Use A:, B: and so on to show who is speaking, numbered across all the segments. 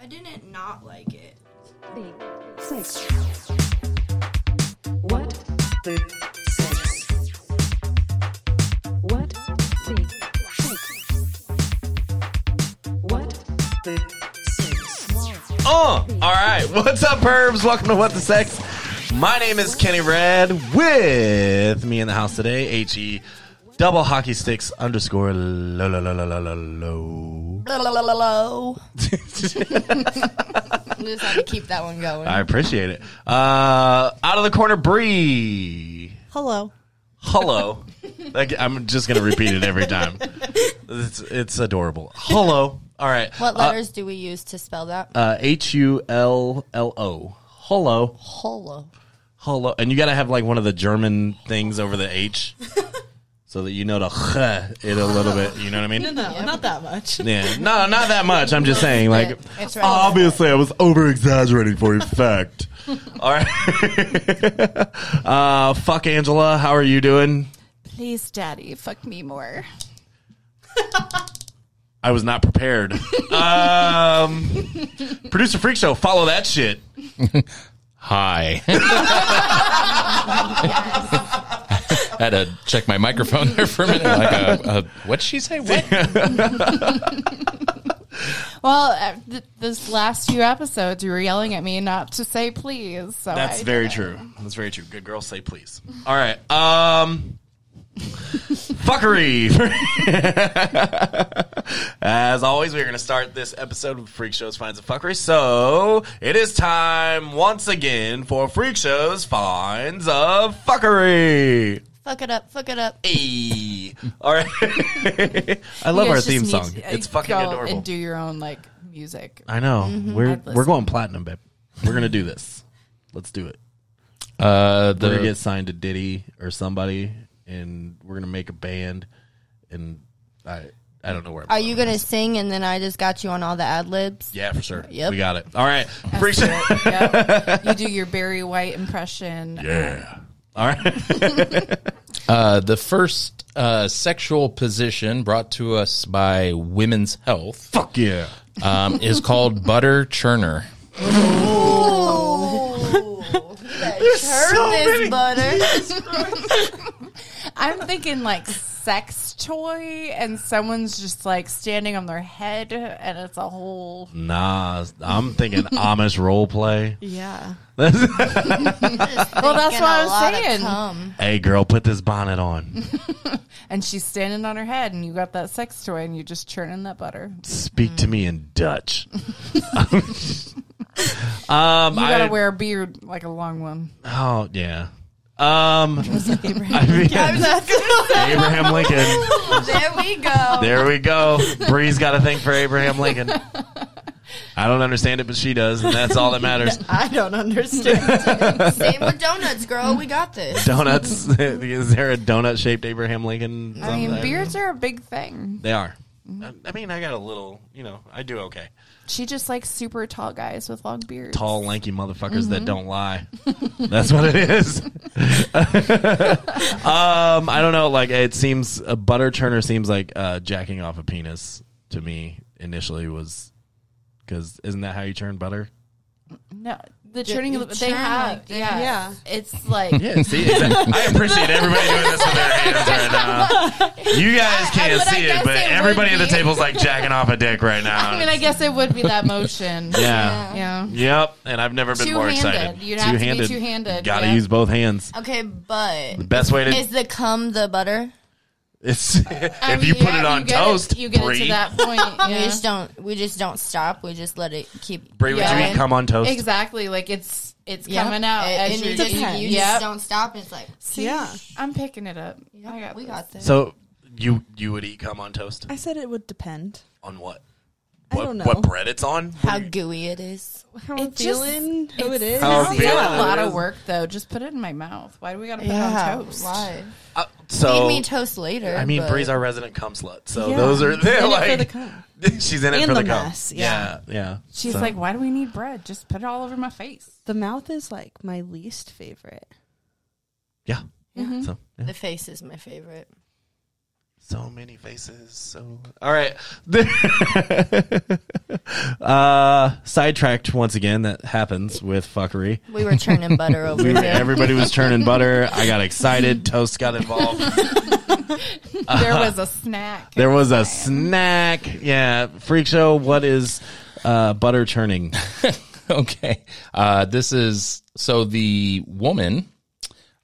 A: I didn't not like it.
B: the six. What the six? What the six? What the six?
C: Oh, all right. What's up, herbs? Welcome to What the Sex. My name is Kenny Red. With me in the house today, H E double hockey sticks underscore lo lo lo lo lo lo lo.
A: I just had to keep that one going.
C: I appreciate it. Uh, out of the corner, Bree.
D: Hello.
C: Hello. Like, I'm just gonna repeat it every time. It's it's adorable. Hello. All right.
A: what letters do we use to spell that?
C: Uh, H U L L O. Hello.
A: Holo.
C: Hello, and you got to have like one of the German things over the H, so that you know to it a little bit. You know what I mean?
D: No, not that much.
C: Yeah. No, not that much. I'm just saying, like,
A: It's right.
C: obviously, I was over exaggerating for effect. All right. uh, fuck Angela. How are you doing?
D: Please, Daddy, fuck me more.
C: I was not prepared. um, producer freak show. Follow that shit.
E: Hi. Had to check my microphone there for a minute. Like, a, a, what'd she say? What?
F: Well, uh, th- this last few episodes, you were yelling at me not to say please. So
C: That's
F: I,
C: very true. That's very true. Good girls say please. All right. Um fuckery. As always, we're going to start this episode of Freak Shows Finds a Fuckery. So, it is time once again for Freak Shows Finds a Fuckery.
A: Fuck it up. Fuck it up.
C: Hey. All right. I
F: you
C: love our
F: guys just
C: theme
F: need
C: song.
F: to, uh,
C: It's fucking
F: go
C: adorable.
F: And do Mm-hmm. your own like music.
C: I know. We're
F: I'd
C: we're
F: listen.
C: going platinum, babe. We're going to do this. Let's do it. we're
E: Uh,
C: gonna
E: the
C: get signed to Diddy or somebody, and we're gonna make a band. And I, I don't know where. I'm
A: Are
C: going.
A: you gonna sing and then I just got you on all the ad libs?
C: Yeah, for sure.
A: Yep.
C: we got it. All right, freak show.
F: Yep. you do your Barry White impression.
C: Yeah. All right.
E: uh, the first uh, sexual position brought to us by Women's Health
C: Fuck yeah.
E: um, is called butter churner.
A: Turn this butter.
F: I'm thinking like sex toy, and someone's just like standing on their head, and it's a whole
C: Nah, I'm thinking Amish role play.
D: Yeah.
A: well,
F: that's what I was saying.
C: Hey, girl, put this bonnet on.
F: and she's standing on her head, and you got that sex toy, and you just churning that butter.
C: Speak to me in Dutch. um,
F: You gotta
C: I,
F: wear a beard like a long one.
C: Oh yeah. Um, I mean, Abraham Lincoln.
A: There we go.
C: There we go. Bree's got a thing for Abraham Lincoln. I don't understand it, but she does, and that's all that matters.
D: I don't understand.
A: Same with donuts, girl. We got this.
C: Donuts. Is there a donut shaped Abraham Lincoln?
F: I mean, Mm-hmm.
C: somewhere?
F: beards are a big thing.
C: They are. I I mean, I got a little, you know, I do okay.
F: She just likes super tall guys with long beards.
C: Tall, lanky motherfuckers
F: Mm-hmm.
C: that don't lie. That's what it is. um, I don't know. Like, it seems a butter churner seems like uh, jacking off a penis to me. Initially was because isn't that how you churn butter?
F: No, the churning
A: you
F: of the they
A: churn
F: have.
A: like that.
F: Yeah.
D: Yeah.
F: It's like
C: Yeah, see, exactly. I appreciate everybody doing this with their hands right now. You guys can't
F: I
C: see it,
F: guess
C: but
F: it would
C: everybody at the
F: be.
C: table's like jacking off a dick right now.
F: I mean, I guess it would be that motion.
C: yeah.
F: Yeah.
C: Yep, and I've never been more
F: Two-handed.
C: excited.
F: You'd have to be two-handed,
C: Gotta
F: yeah.
C: use both hands.
A: Okay, but
C: Best way to
A: is the cum the butter?
C: it's if
F: I mean,
C: you put
F: yeah,
C: it on
F: get
C: toast.
F: you get it
C: Brie,
F: to that point.
A: We
F: yeah.
A: just don't. We just don't stop. We just let it keep.
C: Brie, would you
A: going.
C: eat cum on toast?
F: Exactly. Like it's it's
A: Yep.
F: coming out
A: It-
F: as
A: and
F: you're
A: you just,
F: eating.
A: you
F: Yep.
A: just don't stop. It's like
F: See?
D: yeah.
F: I'm picking it up. I got
A: we
F: this.
A: got this.
C: So you you would eat cum on toast
D: I said it would depend.
C: on what?
D: I
C: What,
D: don't know.
C: what bread it's on?
A: how gooey it is.
D: How
F: It
D: I'm
F: just-
D: feeling, who it
F: it's-
D: is.
C: How I'm
F: It's
C: feeling.
F: a lot of work though. Just put it in my mouth. Why do we gotta put it on toast?
A: Why?
C: Uh, so
A: Feed me toast later.
C: I mean,
A: but-
C: Bree's our resident cum slut, so
D: Yeah.
C: those are they're
D: In it for
C: like
D: the cum.
C: she's in it
D: And
C: for the,
D: the
C: cum.
D: mess, yeah.
C: yeah, yeah.
F: She's
C: So-
F: like, why do we need bread? Just put it all over my face.
D: The mouth is like my least favorite.
C: yeah. So yeah.
A: The face is my favorite.
C: So many faces. So all right. uh, sidetracked once again. That happens with fuckery.
A: We were churning butter over
C: We
A: here.
C: were, everybody was churning butter. I got excited. Toast got involved.
F: There was a snack.
C: There was a snack. Yeah, freak show. What is uh, butter churning?
E: okay. Uh, this is so the woman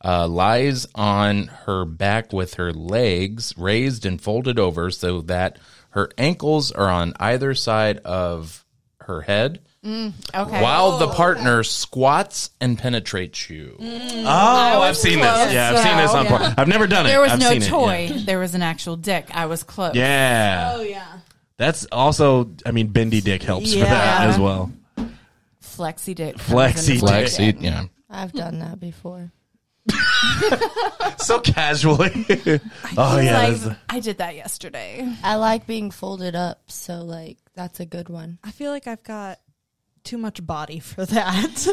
E: uh, lies on her back with her legs raised and folded over so that her ankles are on either side of her head
F: Okay.
E: while the partner squats and penetrates you.
C: Oh, I've seen this. Yeah, I've seen this on. porn. I've never done it.
F: There was
C: I've
F: no
C: seen it, yeah.
F: toy. There was an actual dick. I was close.
C: Yeah.
D: Oh yeah.
C: That's also, I mean, bendy dick helps for that
F: Yeah.
C: as well.
F: Flexi dick.
C: Flexi dick.
E: Flex, yeah.
A: I've done that before.
C: So casually. oh, yeah.
F: yeah.
C: that's-
F: I did that yesterday.
A: I like being folded up, so like that's a good one.
D: I feel like I've got too much body for that.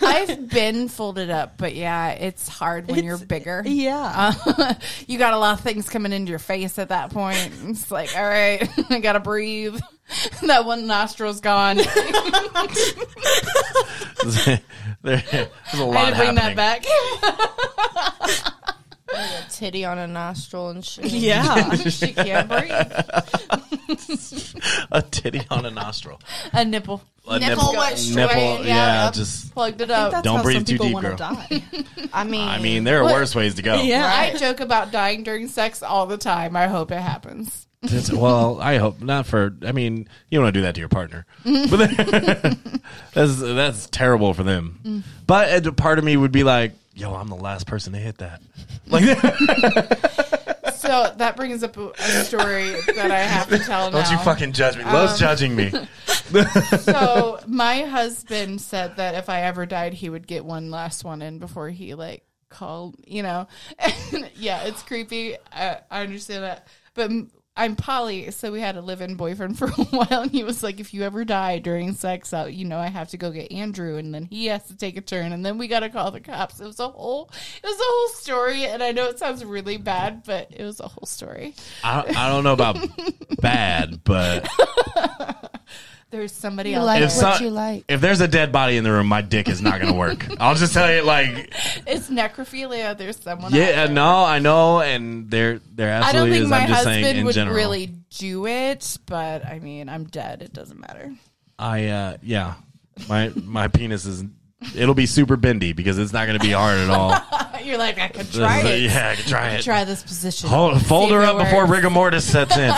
F: I've been folded up, but yeah, it's hard when you're
D: It's-
F: bigger.
D: yeah.
F: Uh, you got a lot of things coming into your face at that point. It's like, all right, I gotta breathe. that one nostril's gone. I had
C: there- there's a
F: to
C: lot
F: bring
C: happening.
F: that back.
A: A titty on a nostril and shit.
D: yeah.
F: she can't breathe.
C: A titty on a nostril.
F: A nipple
C: A
A: Nipple went straight
C: nipple,
A: down,
C: yeah,
A: up.
C: just.
F: plugged it up.
C: Don't breathe too deep,
D: wanna
C: girl.
D: Die.
A: I mean,
C: I mean, there are worse ways to go.
D: yeah.
F: I joke about dying during sex all the time. I hope it happens.
C: That's- well, I hope not for. I mean, you don't want to do that to your partner, but then- that's that's terrible for them. But a part of me would be like, "Yo, I'm the last person to hit that." Like,
F: So that brings up a, a story that I have to tell now.
C: don't you fucking judge me? Love's judging me.
F: so my husband said that if I ever died, he would get one last one in before he like called, you know. And yeah, it's creepy. I, I understand that, but m- I'm poly, so we had a live-in boyfriend for a while, and he was like, "If you ever die during sex, out, you know, I have to go get Andrew, and then he has to take a turn, and then we got to call the cops." It was a whole, it was a whole story, and I know it sounds really bad, but it was a whole story.
C: I, I don't know about bad, but
F: There's somebody
A: you
F: else.
A: like
C: if
A: what
C: some,
A: you like.
C: if there's a dead body in the room, my dick is not gonna work. I'll just tell you, like,
F: It's necrophilia. There's someone. out
C: yeah, no, I know, and there there
F: I don't
C: absolutely
F: think
C: is.
F: my
C: I'm just saying
F: husband
C: in
F: would
C: general.
F: really do it, but I mean, I'm dead. It doesn't matter.
C: I uh, yeah, my my penis is. It'll be super bendy because it's not going to be hard at all.
F: You're like, I could try it.
C: Yeah, I could try it.
F: Try this position.
C: Hold, fold
F: See
C: her
F: if it
C: up before
F: works.
C: rigor mortis sets in.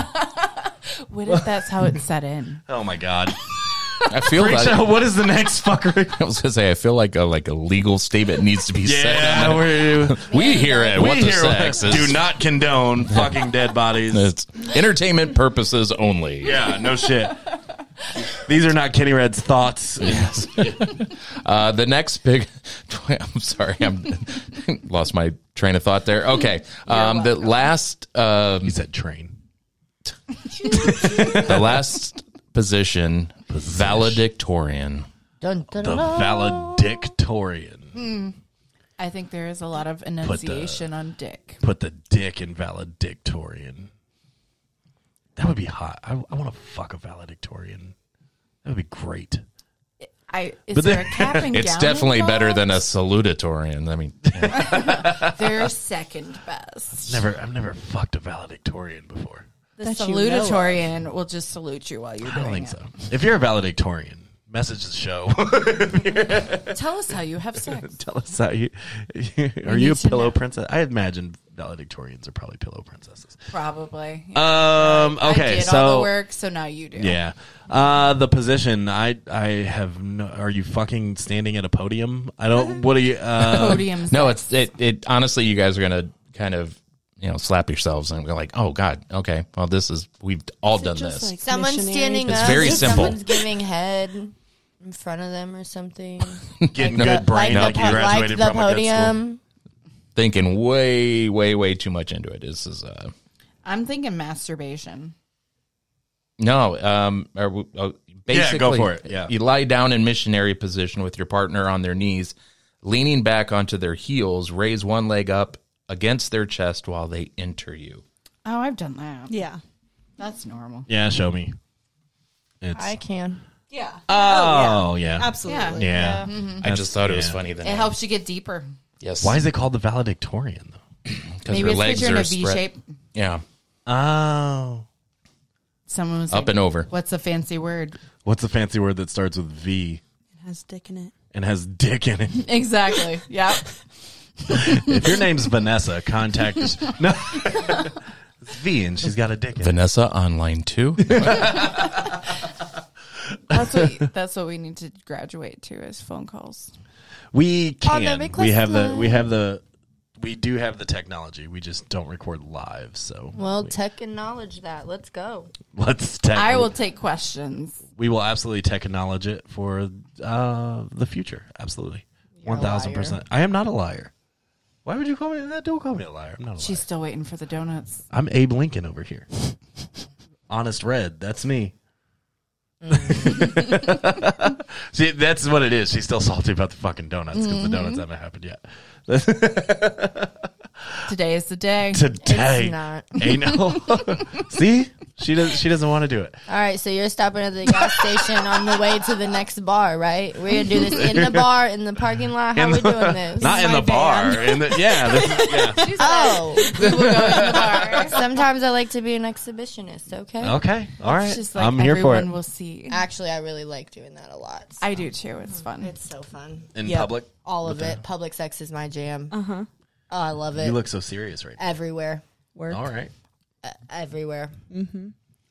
F: What if that's how it set in?
C: oh my god!
E: I feel
C: Freak
E: like
C: show. What is the next fuckery?
E: I was gonna say I feel like a like a legal statement needs to be said.
C: Yeah, we're,
E: We here at
C: we
E: What the
C: here
E: Sex is,
C: do not condone fucking dead bodies.
E: It's entertainment purposes only.
C: yeah, no shit. These are not Kenny Red's thoughts.
E: Yes. uh, the next big. I'm sorry, I'm lost my train of thought there. Okay, um, the last, um,
C: He said train.
E: the last position, valedictorian.
A: Dun, dun,
C: The
A: dun.
C: valedictorian.
F: I think there is a lot of enunciation on dick.
C: Put the dick in valedictorian. That would be hot. I, I want to fuck a valedictorian. That would be great.
F: I is
C: But
F: there
C: there-
F: a cap and
E: It's
F: gown
E: definitely
F: involved?
E: better than a salutatorian. I mean,
F: They're second best.
C: Never, I've never fucked a valedictorian before.
F: The
D: That you know of.
F: salutatorian will just salute you while you're
C: I don't
F: doing
C: think
F: it.
C: so. If you're a valedictorian, message the show.
F: Tell us how you have sex.
C: Tell us how you are.
F: need
C: You a
F: to
C: pillow
F: know.
C: princess? I imagine valedictorians are probably pillow princesses.
F: Probably.
C: Um.
F: I
C: Okay.
F: did
C: So
F: all the work, so now you do.
C: yeah. Uh, the position. I I have no. Are you fucking standing at a podium? I don't. What are you? Uh,
F: Podiums.
E: no, it's it. It honestly, you guys are gonna kind of you know slap yourselves and go like, oh god, okay, well this is we've all done
D: Just
E: this.
D: like
A: Someone's
D: missionary
A: standing
E: It's
A: up.
E: very
A: and
E: simple.
A: Someone's giving head in front of them or something.
C: getting
A: The-
C: good brain like,
A: the,
C: you
A: po- like
C: graduated
A: the
C: from a good school.
A: podium.
E: Thinking way, way, way too much into it. This is uh
F: I'm thinking masturbation.
E: No, um, or, w- uh, basically,
C: go for it, yeah.
E: you lie down in missionary position with your partner on their knees, leaning back onto their heels. Raise one leg up against their chest while they enter you.
F: Oh, I've done that.
D: Yeah.
F: That's normal.
C: Yeah, show me. It's
A: I can.
D: Yeah.
C: oh yeah,
D: Absolutely.
C: yeah.
E: I just thought it was
C: Mm-hmm. yeah.
E: funny. Then
F: It helps you get deeper.
E: Yes.
C: Why is it called the valedictorian though?
E: Because
F: Maybe
E: your
F: it's because
E: legs
F: you're in
E: are
F: a V
E: spread.
F: shape.
E: Yeah.
C: Oh,
F: Someone was
E: Up
F: like,
E: and over.
F: What's a fancy word?
C: what's a fancy word that starts with V
D: It has dick in it.
C: and has dick in it?
F: Exactly. Yeah.
C: if your name's Vanessa, contact us. No, it's V and she's got a dick in it.
E: Vanessa online too.
F: That's what, that's what we need to graduate to is phone calls.
C: We
A: On the
C: can.
A: big
C: We have the.
A: classified.
C: We have the. We do have the technology. We just don't record live. So
A: Well, tech acknowledge that. Let's go.
C: let's. Tech-
F: I will take questions.
C: We will absolutely tech acknowledge it for uh, the future. Absolutely, one thousand percent. I am not a liar. Why would you call me that? Don't call me a liar. I'm not a
F: She's still waiting for the donuts.
C: liar. I'm Abe Lincoln over here. Honest Red. That's me. See, that's what it is. She's still salty about the fucking donuts because the donuts haven't happened yet.
F: Today is the day.
C: Today,
A: It's not.
C: ain't no. See, she doesn't. She doesn't want to do it.
A: All right, so you're stopping at the gas station on the way to the next bar, right? We're gonna do this in the bar, in the parking lot. How
C: In
A: are we
C: the-
A: doing this?
C: Not in the bar. In the, yeah, this is- yeah.
A: oh,
F: We will go in the bar.
A: sometimes I like to be an exhibitionist. Okay.
C: Okay, all
D: Oh.
C: right.
F: She's like,
C: I'm here for
F: everyone
C: it.
F: will see.
A: Actually, I really like doing that a lot.
F: I do too. It's fun.
A: It's so fun.
C: in
D: Yeah.
C: public.
A: All of it. Public sex is my jam. Uh huh. Oh, I love it.
C: You look so serious right
A: everywhere,
D: Work.
C: now. All right.
A: everywhere.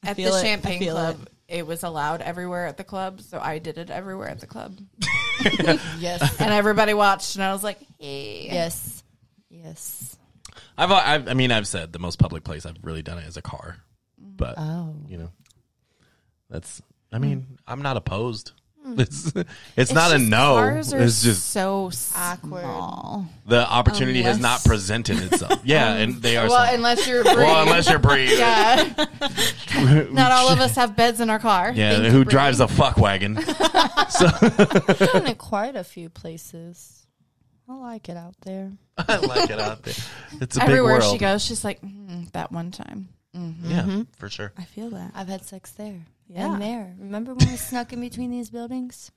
F: at
D: feel
F: the
D: it. I
F: Champagne
D: feel
F: Club, it. was allowed everywhere at the club, so I did it everywhere at the club,
A: Yes.
F: and everybody watched, and I was like, "Hey,
A: yes. Yes.
C: I've, uh, I've I mean I've said the most public place I've really done it is a car, but
A: Oh.
C: you know, that's I mean I'm not opposed. It's it's, not a no.
F: Cars are
C: It's just
F: so
A: Awkward.
F: small.
C: the opportunity has not presented itself. Yeah, and they are.
F: Well,
C: small.
F: unless you're
C: well, unless you're Bree.
F: yeah, not all of us have beds in our car.
C: Yeah,
A: Thank you,
C: who
A: Bree.
C: drives a fuck wagon?
A: I've done it quite a few places. I like it out there.
C: I like it out there. It's a
F: Everywhere
C: big world.
F: she goes, she's like, mm, "That one time." Mm-hmm.
C: Yeah, for sure.
D: I feel that.
A: I've had sex there.
F: Yeah.
A: And there. Remember when we snuck in between these buildings?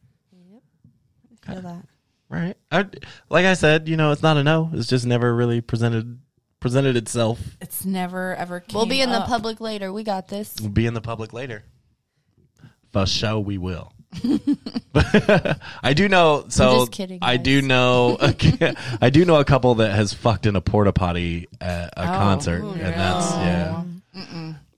D: I feel that.
C: Right. I, like I said, you know, it's not a no. It's just never really presented presented itself.
F: It's never ever. Came
A: We'll be in
F: up.
A: the public later. We got this.
C: We'll be in the public later. For sure, we will. I do know. So
A: just kidding,
C: I do
A: guys.
C: know. I do know a couple that has fucked in a porta potty at
F: Oh,
C: a concert, and that's yeah,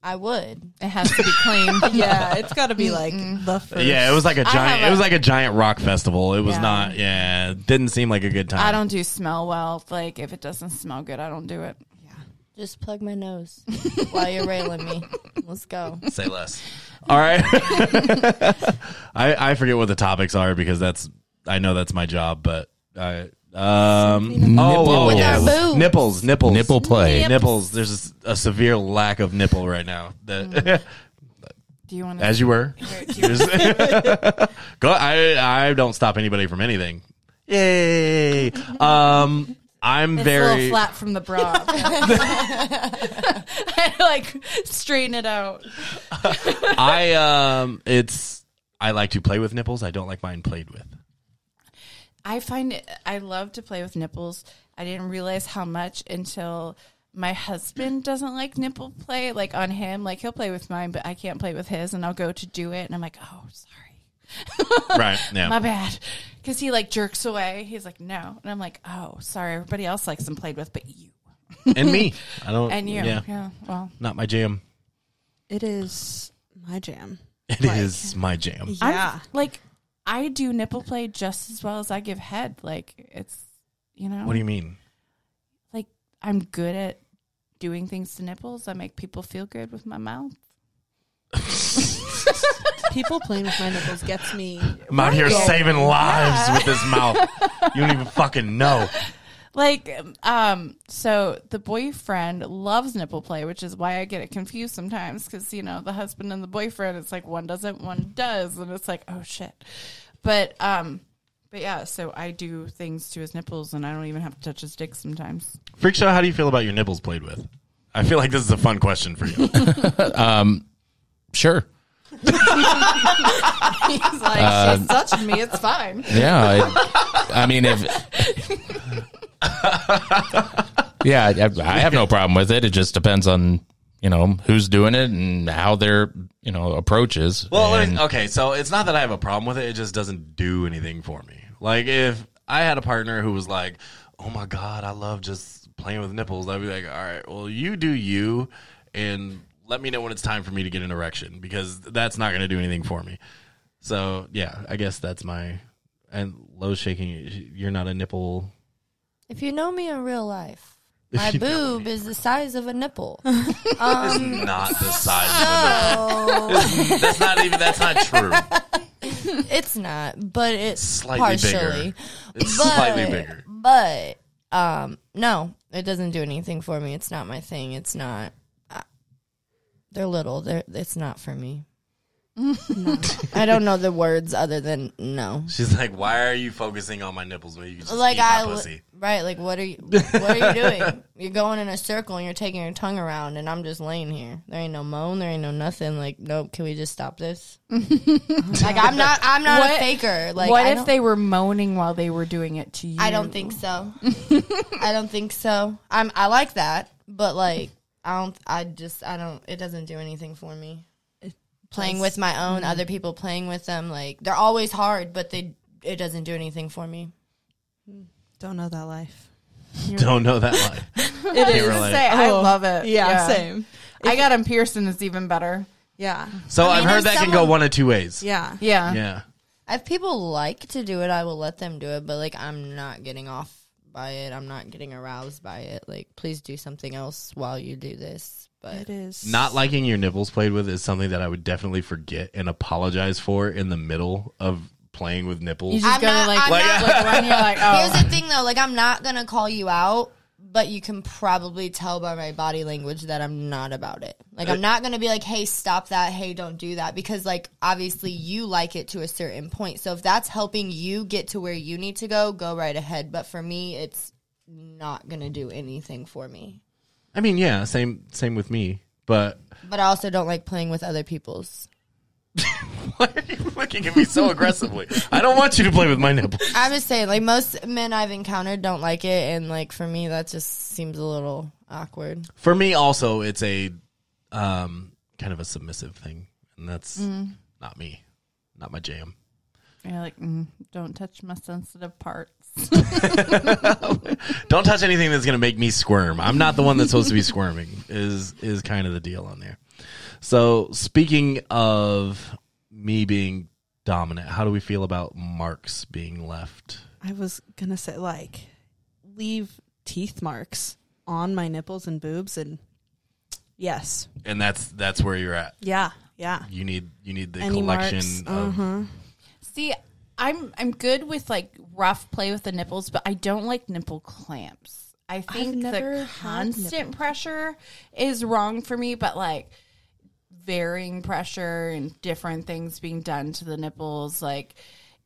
A: I would.
F: It has to be clean.
D: Yeah, it's got to be like the first.
C: yeah. It was like a giant.
F: have
C: it was
F: a-
C: like a giant rock festival. It was
F: Yeah.
C: not. Yeah, it didn't seem like a good time.
F: I don't do smell well. Like if it doesn't smell good, I don't do it.
A: Just plug my nose while you're railing me. Let's go.
C: Say less. All right. I I forget what the topics are because that's I know that's my job, but I um oh, oh
E: With our
C: yes.
A: boobs.
C: nipples nipples
E: Nipple play.
A: Yep.
C: nipples. There's a, s- a severe lack of nipple right now. That
F: Do you want to?
C: as you were. There's- Go. I I don't stop anybody from anything. Yay. Um. I'm
F: It's a
C: very
F: little flat from the bra. I like straighten it out.
C: I um. It's I like to play with nipples. I don't like mine played with.
F: I find it, I love to play with nipples. I didn't realize how much until my husband doesn't like nipple play. Like on him, like he'll play with mine, but I can't play with his. And I'll go to do it, and I'm like, oh, sorry.
C: Right. Yeah.
F: my bad. Because he like jerks away. He's like, no. And I'm like, oh, sorry. Everybody else likes them played with, but you.
C: and me. I don't.
F: And you.
C: Yeah.
F: Yeah. Well,
C: Not my jam.
D: It is my jam.
C: It is my jam.
D: Yeah.
F: I'm like, I do nipple play just as well as I give head. Like, it's, you know,
C: What do you mean?
F: like I'm good at doing things to nipples. I make people feel good with my mouth.
D: People playing with my nipples gets me.
C: I'm out here saving lives with this mouth. You don't even fucking know.
F: Like, um, so the boyfriend loves nipple play, which is why I get it confused sometimes because, you know, the husband and the boyfriend, it's like one doesn't, one does. And it's like, oh shit. But, um, but yeah, so I do things to his nipples and I don't even have to touch his dick sometimes.
C: Freak show. How do you feel about your nipples played with? I feel like this is a fun question for you.
E: Sure.
F: He's like, she's touching me. It's fine.
E: Yeah. I, I mean, if. yeah, I, I have no problem with it. It just depends on, you know, who's doing it and how their, you know, approach is.
C: Well, let
E: And-
C: me- okay, so it's not that I have a problem with it. It just doesn't do anything for me. Like if I had a partner who was like, "Oh my god, I love just playing with nipples," I'd be like, "All right, well, you do you, and let me know when it's time for me to get an erection because that's not going to do anything for me." So yeah, I guess that's my and low shaking. You're not a nipple.
A: If you know me in real life,
C: If
A: my
C: you know
A: boob is the size of a nipple.
C: It's not the size.
A: Oh,
C: of a- That's not even. That's not true.
A: it's not, but it's
C: Slightly
A: partially.
C: bigger. It's
A: But-
C: slightly bigger.
A: But um, no, it doesn't do anything for me. It's not my thing. It's not. I- They're little. They're. It's not for me. No. I don't know the words other than no.
C: She's like, "Why are you focusing on my nipples when you can just
A: like
C: eat my
A: I
C: pussy?"
A: right like what are you what are you doing? You're going in a circle and you're taking your tongue around and I'm just laying here. There ain't no moan, there ain't no nothing. Like nope, can we just stop this? like I'm not I'm not a
F: What-
A: faker. Like
F: what
A: I
F: if
A: don't-
F: they were moaning while they were doing it to you?
A: I don't think so. I don't think so. I'm I like that, but like I don't I just I don't it doesn't do anything for me. Playing with my own, other people playing with them, like they're always hard, but they it doesn't do anything for me.
D: Don't know that life.
C: Don't know that line.
D: It
C: is.
F: Say,
C: relate.
F: I love it.
D: Oh, Yeah, same.
F: I got him pierced and it's even better.
D: Yeah,
C: So
A: I mean,
C: I have
A: there's
C: heard that can go
A: someone-
C: one of two ways.
D: yeah.
F: Yeah.
C: Yeah.
A: If people like to do it, I will let them do it, but like I'm not getting off by it. I'm not getting aroused by it. Like please do something else while you do this. But
D: It is
C: Not liking your nipples played with is something that I would definitely forget and apologize for in the middle of playing with
F: You
C: nipples.
F: just
A: I'm
F: go to
A: not-
F: like,
A: I'm
F: look
A: not-
F: around and you're like, oh.
A: here's the thing though, like I'm not going to call you out, but you can probably tell by my body language that I'm not about it. Like I'm not going to be like, "Hey, stop that. Hey, don't do that." Because like obviously you like it to a certain point. So if that's helping you get to where you need to go, go right ahead. But for me, it's not going to do anything for me.
C: I mean, yeah, same same with me. But
A: But I also don't like playing with other people's.
C: why are you looking at me so aggressively? I don't want you to play with my nipples.
A: I'm just saying, like most men I've encountered don't like it, and like for me, that just seems a little awkward.
C: For me, also, it's a um, kind of a submissive thing, and that's not me, not my jam.
F: And you're like, mm, don't touch my sensitive parts.
C: Don't touch anything that's going to make me squirm. I'm not the one that's supposed to be squirming. Is is kind of the deal on there. So speaking of me being dominant, how do we feel about marks being left?
D: I was gonna say like leave teeth marks on my nipples and boobs and yes,
C: And that's that's where you're at.
D: yeah, yeah.
C: You need you need the
D: Any
C: collection
D: marks?
C: of
A: Uh-huh.
F: See, I'm I'm good with like rough play with the nipples, but I don't like nipple clamps. I think
D: never
F: the
D: had
F: constant pressure is wrong for me, but like varying pressure and different things being done to the nipples, like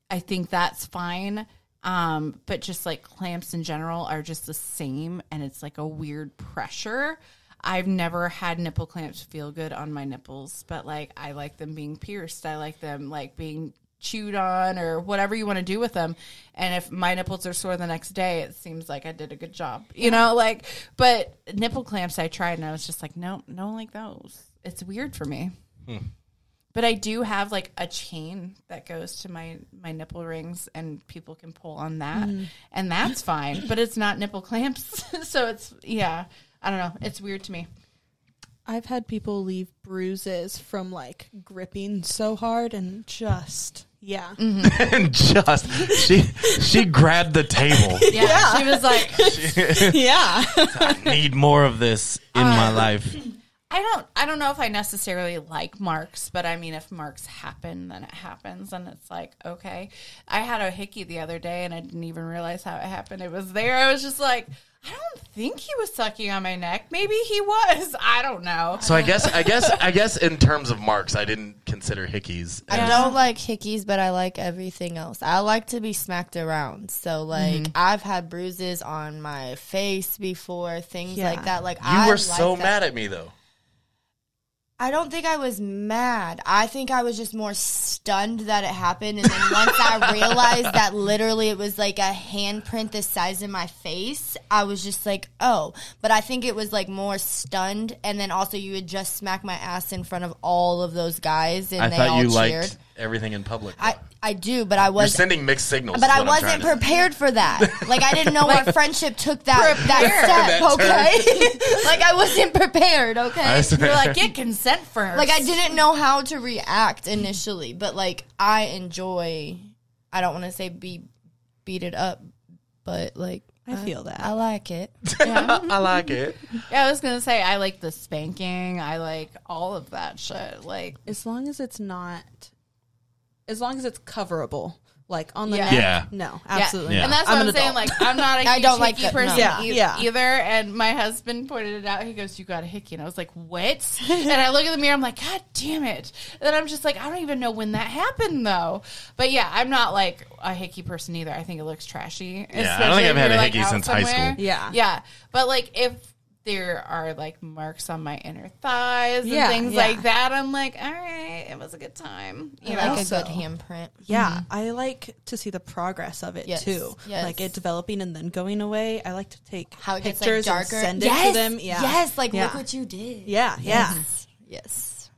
F: I think that's fine. Um, but just like clamps in general are just the same and it's like a weird pressure. I've never had nipple clamps feel good on my nipples, but like I like them being pierced. I like them like being chewed on or whatever you want to do with them. And if my nipples are sore the next day, it seems like I did a good job, you know, like, but nipple clamps I tried and I was just like, no, no, like those. It's weird for me. But I do have like a chain that goes to my my nipple rings, and people can pull on that, and that's fine. But it's not nipple clamps, so it's yeah. I don't know. It's weird to me.
D: I've had people leave bruises from like gripping so hard and just yeah.
F: Mm-hmm.
C: and just she she grabbed the table.
F: Yeah, she was like,
D: Yeah.
A: Uh,
C: Need more of this in my life.
F: I don't I don't know if I necessarily like marks, but I mean if marks happen, then it happens and it's like, okay. I had a hickey the other day and I didn't even realize how it happened. It was there. I was just like, I don't think he was sucking on my neck. Maybe he was. I don't know.
C: So I guess I guess I guess in terms of marks, I didn't consider hickeys.
A: I don't like hickeys, but I like everything else. I like to be smacked around. So like I've had bruises on my face before, things
D: Yeah.
A: like that. Like
C: You
A: I
C: were
A: like
C: so
A: that.
C: mad at me though.
A: I don't think I was mad. I think I was just more stunned that it happened. And then once I realized that literally it was like a handprint the size of my face, I was just like, oh. But I think it was like more stunned. And then also, you would just smack my ass in front of all of those guys, and
C: I
A: they
C: thought
A: all
C: you
A: cheered.
C: liked everything in public.
A: I,
C: though.
A: I do, but I
C: You're
A: was.
C: sending mixed signals.
A: But
C: is
A: I
C: what I'm trying
A: wasn't
C: to say.
A: prepared for that. Like I didn't know what friendship took that
F: Prepare.
A: that step.
C: That
A: okay, like I wasn't prepared. Okay,
F: You're like, get consent first.
A: like I didn't know how to react initially, but like I enjoy. I don't want to say be beat it up, but like
D: I feel that.
A: I like it.
C: I like it.
F: Yeah, I was gonna say I like the spanking. I like all of that shit. Like
D: as long as it's not, as long as it's coverable, like on the
F: Yeah.
D: neck.
E: Yeah.
D: No,
F: Yeah.
D: absolutely.
E: Yeah.
F: And that's
D: I'm
F: what
D: an
F: I'm, saying.
D: adult.
F: Like, I'm not a huge
A: I don't like
F: hickey
A: it, no.
F: person
D: Yeah,
F: e-
D: yeah.
F: either. And my husband pointed it out. He goes, "You got a hickey," and I was like, "What?" and I look in the mirror. I'm like, "God damn it!" And then I'm just like, I don't even know when that happened though. But yeah, I'm not like a hickey person either. I think it looks trashy.
C: Yeah, I don't think
F: especially
C: I've
F: if
C: had
F: you're,
C: a
F: like,
C: hickey
F: out
C: since high
F: somewhere.
C: school.
D: Yeah.
F: yeah. But like, if there are like marks on my inner thighs
D: Yeah,
F: and things
D: yeah.
F: like that, I'm like, all right, it was a good time. You
A: I
F: know.
A: like a
D: Also-
A: good handprint.
D: Yeah, I like to see the progress of it
A: Mm-hmm. Yes,
D: too.
A: yes.
D: Like it developing and then going away. I like to take
A: How it gets like
D: pictures
A: darker.
D: and send
A: yes,
D: it to them. Yeah.
A: Yes, like
D: Yeah.
A: look what you did.
D: Yeah, yeah.
A: Yes.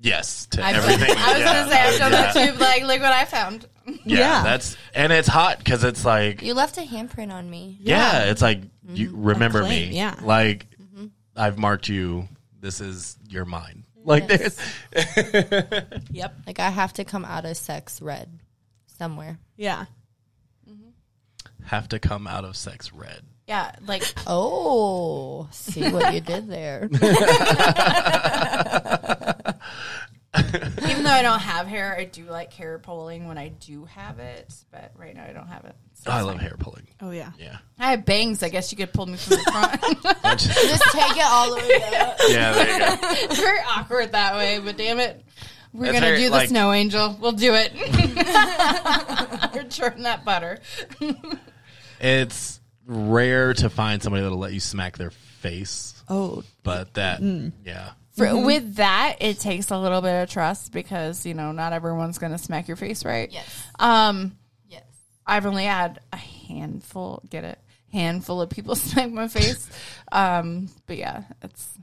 C: Yes to
F: I've done-
C: everything.
F: I was
C: yeah.
F: gonna say I've done
C: yeah.
F: that too. but, Like, look what I found.
C: Yeah,
D: Yeah.
C: that's and it's hot because it's like
A: You left a handprint on me.
C: yeah, it's like you remember
D: claim,
C: me.
D: yeah.
C: like I've marked you. This is your mine. Like there's
D: Yep.
A: Like I have to come out of sex red somewhere.
D: Yeah.
C: have to come out of sex red.
F: Yeah, like
A: Oh, see what you did there.
F: even though I don't have hair, I do like hair pulling when I do have it. But right now I don't have it. So
C: Oh, I
F: it's
C: love
F: fine.
C: hair pulling.
D: Oh yeah.
C: Yeah,
F: I have bangs. I guess you could pull me from the front.
A: Just take it all the way down.
C: yeah. There you go.
F: it's very awkward that way, but damn it, we're
C: That's
F: gonna
C: very,
F: do the
C: like-
F: snow angel. We'll do it. we're churning that butter.
C: It's rare to find somebody that'll let you smack their face,
D: Oh
C: but that yeah.
F: For,
A: Mm-hmm.
F: With that, it takes a little bit of trust because you know not everyone's gonna smack your face right.
A: Yes.
F: Um.
A: Yes.
F: I've only had a handful. Get it? Handful of people smack my face. um, but yeah, it's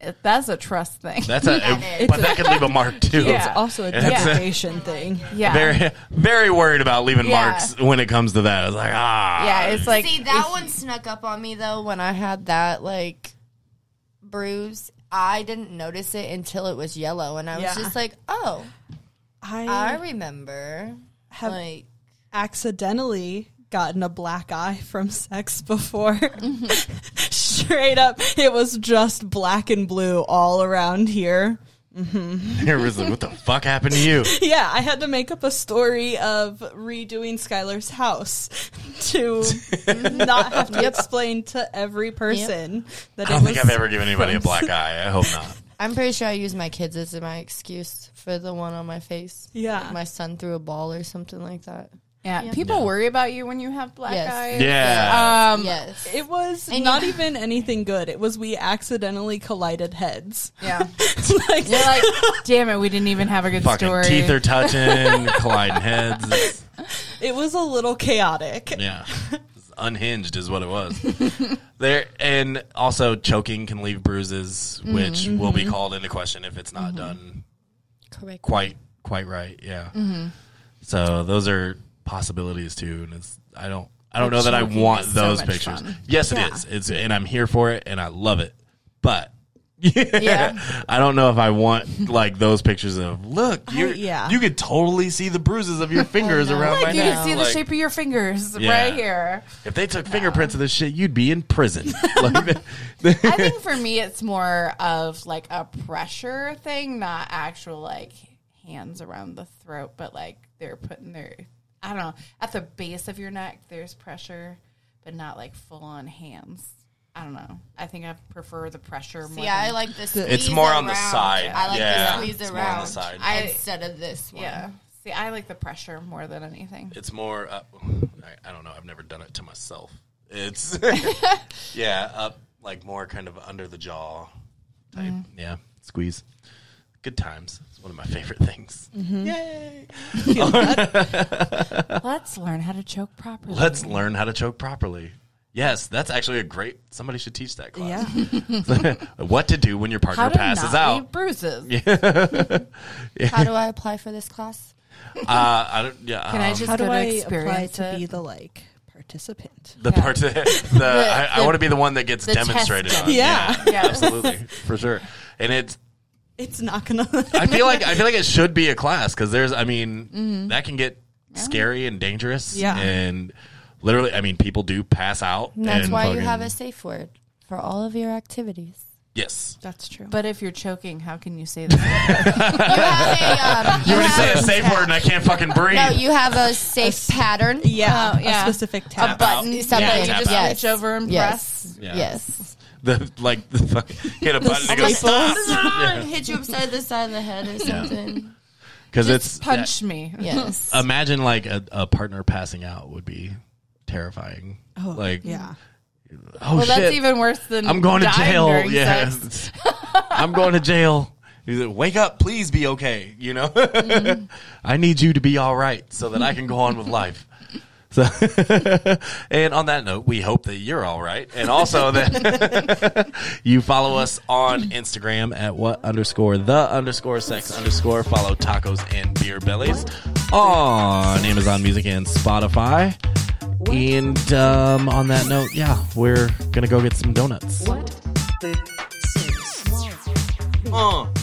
F: it, that's a trust thing.
C: That's a, but that could leave a mark too.
F: Yeah.
D: also a
C: That's a-
D: degradation thing.
F: yeah,
C: Very, very worried about leaving
F: Yeah.
C: marks when it comes to that. I was like, ah,
F: yeah. It's like
A: See, that one snuck up on me though when I had that like bruise. I didn't notice it until it was yellow, and I was
D: Yeah.
A: just like, "Oh, I
D: I
A: remember."
D: have
A: like,
D: accidentally gotten a black eye from sex before.
A: Mm-hmm.
D: Straight up, it was just black and blue all around here.
C: It was like, what the fuck happened to you?
D: Yeah, I had to make up a story of redoing Skylar's house to not have to explain to every person that
C: I
D: it
C: don't
D: was.
C: think I've ever given anybody a black eye. I hope not.
A: I'm pretty sure I used my kids as my excuse for the one on my face.
D: Yeah.
A: Like, my son threw a ball or something like that.
F: yeah, people worry about you when you have black
A: Yes.
F: eyes.
C: Yeah,
F: Um,
A: yes,
D: It was
A: And
D: not
A: you-
D: even anything good. It was we accidentally collided heads.
F: yeah.
D: like,
F: You're like, damn it, we didn't even have a good
C: fucking
F: story.
C: teeth are touching, colliding heads. It's-
D: it was a little chaotic.
C: Yeah, It's unhinged is what it was. there and also choking can leave bruises, which
F: Mm-hmm.
C: will be called into question if it's not done
A: correct.
C: quite quite right. Yeah.
F: Mm-hmm.
C: So those are possibilities too, and it's I don't I don't know that I
F: choking
C: want
F: is so
C: those
F: much
C: pictures.
F: fun.
C: Yes, it is. It's and I'm here for it, and I love it. But
F: Yeah.
C: I don't know if I want like those pictures of
F: Oh,
C: look, you
D: yeah.
C: you could totally see the bruises of your fingers around my
F: Like you
C: neck.
F: can see the
C: Like,
F: shape of your fingers
C: Yeah.
F: right here.
C: If they took fingerprints of this shit, you'd be in prison. like,
F: I think for me, it's more of like a pressure thing, not actual like hands around the throat, but like they're putting their, I don't know, at the base of your neck, there's pressure, but not like full on hands. I don't know. I think I prefer the pressure more.
A: Yeah, I
F: than-
A: like this.
C: It's more on the side.
A: I like
C: Yeah,
A: the squeeze
C: it's more
A: around
C: on the side.
A: I-
F: I-
A: instead of this one.
F: Yeah. See, I like the pressure more than anything.
C: it's more up. I, I don't know. I've never done it to myself. It's yeah, up like more kind of under the jaw type.
F: Mm-hmm.
C: Yeah, squeeze. Good times. It's one of my favorite things.
F: Mm-hmm. Let's learn how to choke properly.
C: Let's learn how to choke properly. Yes, that's actually a great. Somebody should teach that class.
D: Yeah.
C: what to do when your partner
F: how to
C: passes
F: not
C: out.
F: leave bruises.
A: How do I apply for this class?
C: Uh, I don't. Yeah.
F: Can I just
D: How
F: go
D: do
F: to
D: I apply
F: experience
D: to
F: it?
D: be the like participant?
C: the part that the, I, I
F: the-
C: want to be the one that gets
F: the test
C: demonstrated
F: done.
C: on.
D: Yeah.
F: Yeah.
C: absolutely, for sure. And it's.
D: It's not gonna.
C: I feel like I feel like it should be a class because there's. I mean, that can get scary and dangerous.
D: Yeah.
C: and literally, I mean, people do pass out.
A: And that's
C: and
A: why you
C: fucking-
A: have a safe word for all of your activities.
C: Yes,
D: That's true.
F: But if you're choking, how can you say that?
A: You have a. Um,
C: you already said a safe word, and I can't fucking breathe.
A: No, you have a safe pattern.
D: yeah,
F: Oh, yeah.
D: a specific
F: A
A: button,
D: tap.
F: button,
A: something.
F: something. you just
A: Yes.
F: reach over and
A: Yes.
F: press.
C: Yeah.
A: Yes.
C: the like the fuck, hit a button and it goes stop
A: Hit you upside the side of the head or something.
C: because it's
F: Just punch me.
A: Yes.
C: imagine like a, a partner passing out would be terrifying. Oh, like
D: yeah.
C: Oh
F: Well,
C: shit!
F: that's even worse than
C: I'm going to
F: dying
C: jail.
F: during
C: Yeah,
F: sex.
C: I'm going to jail. He's like, Wake up, please be okay. You know,
F: Mm-hmm.
C: I need you to be all right so that I can go on with life. So, and on that note, we hope that you're all right, and also that you follow us on Instagram at what underscore the underscore sex underscore. Follow tacos and beer bellies on Amazon Music and Spotify. And um, on that note, yeah, we're gonna go get some donuts.
B: What the sex?
C: Uh.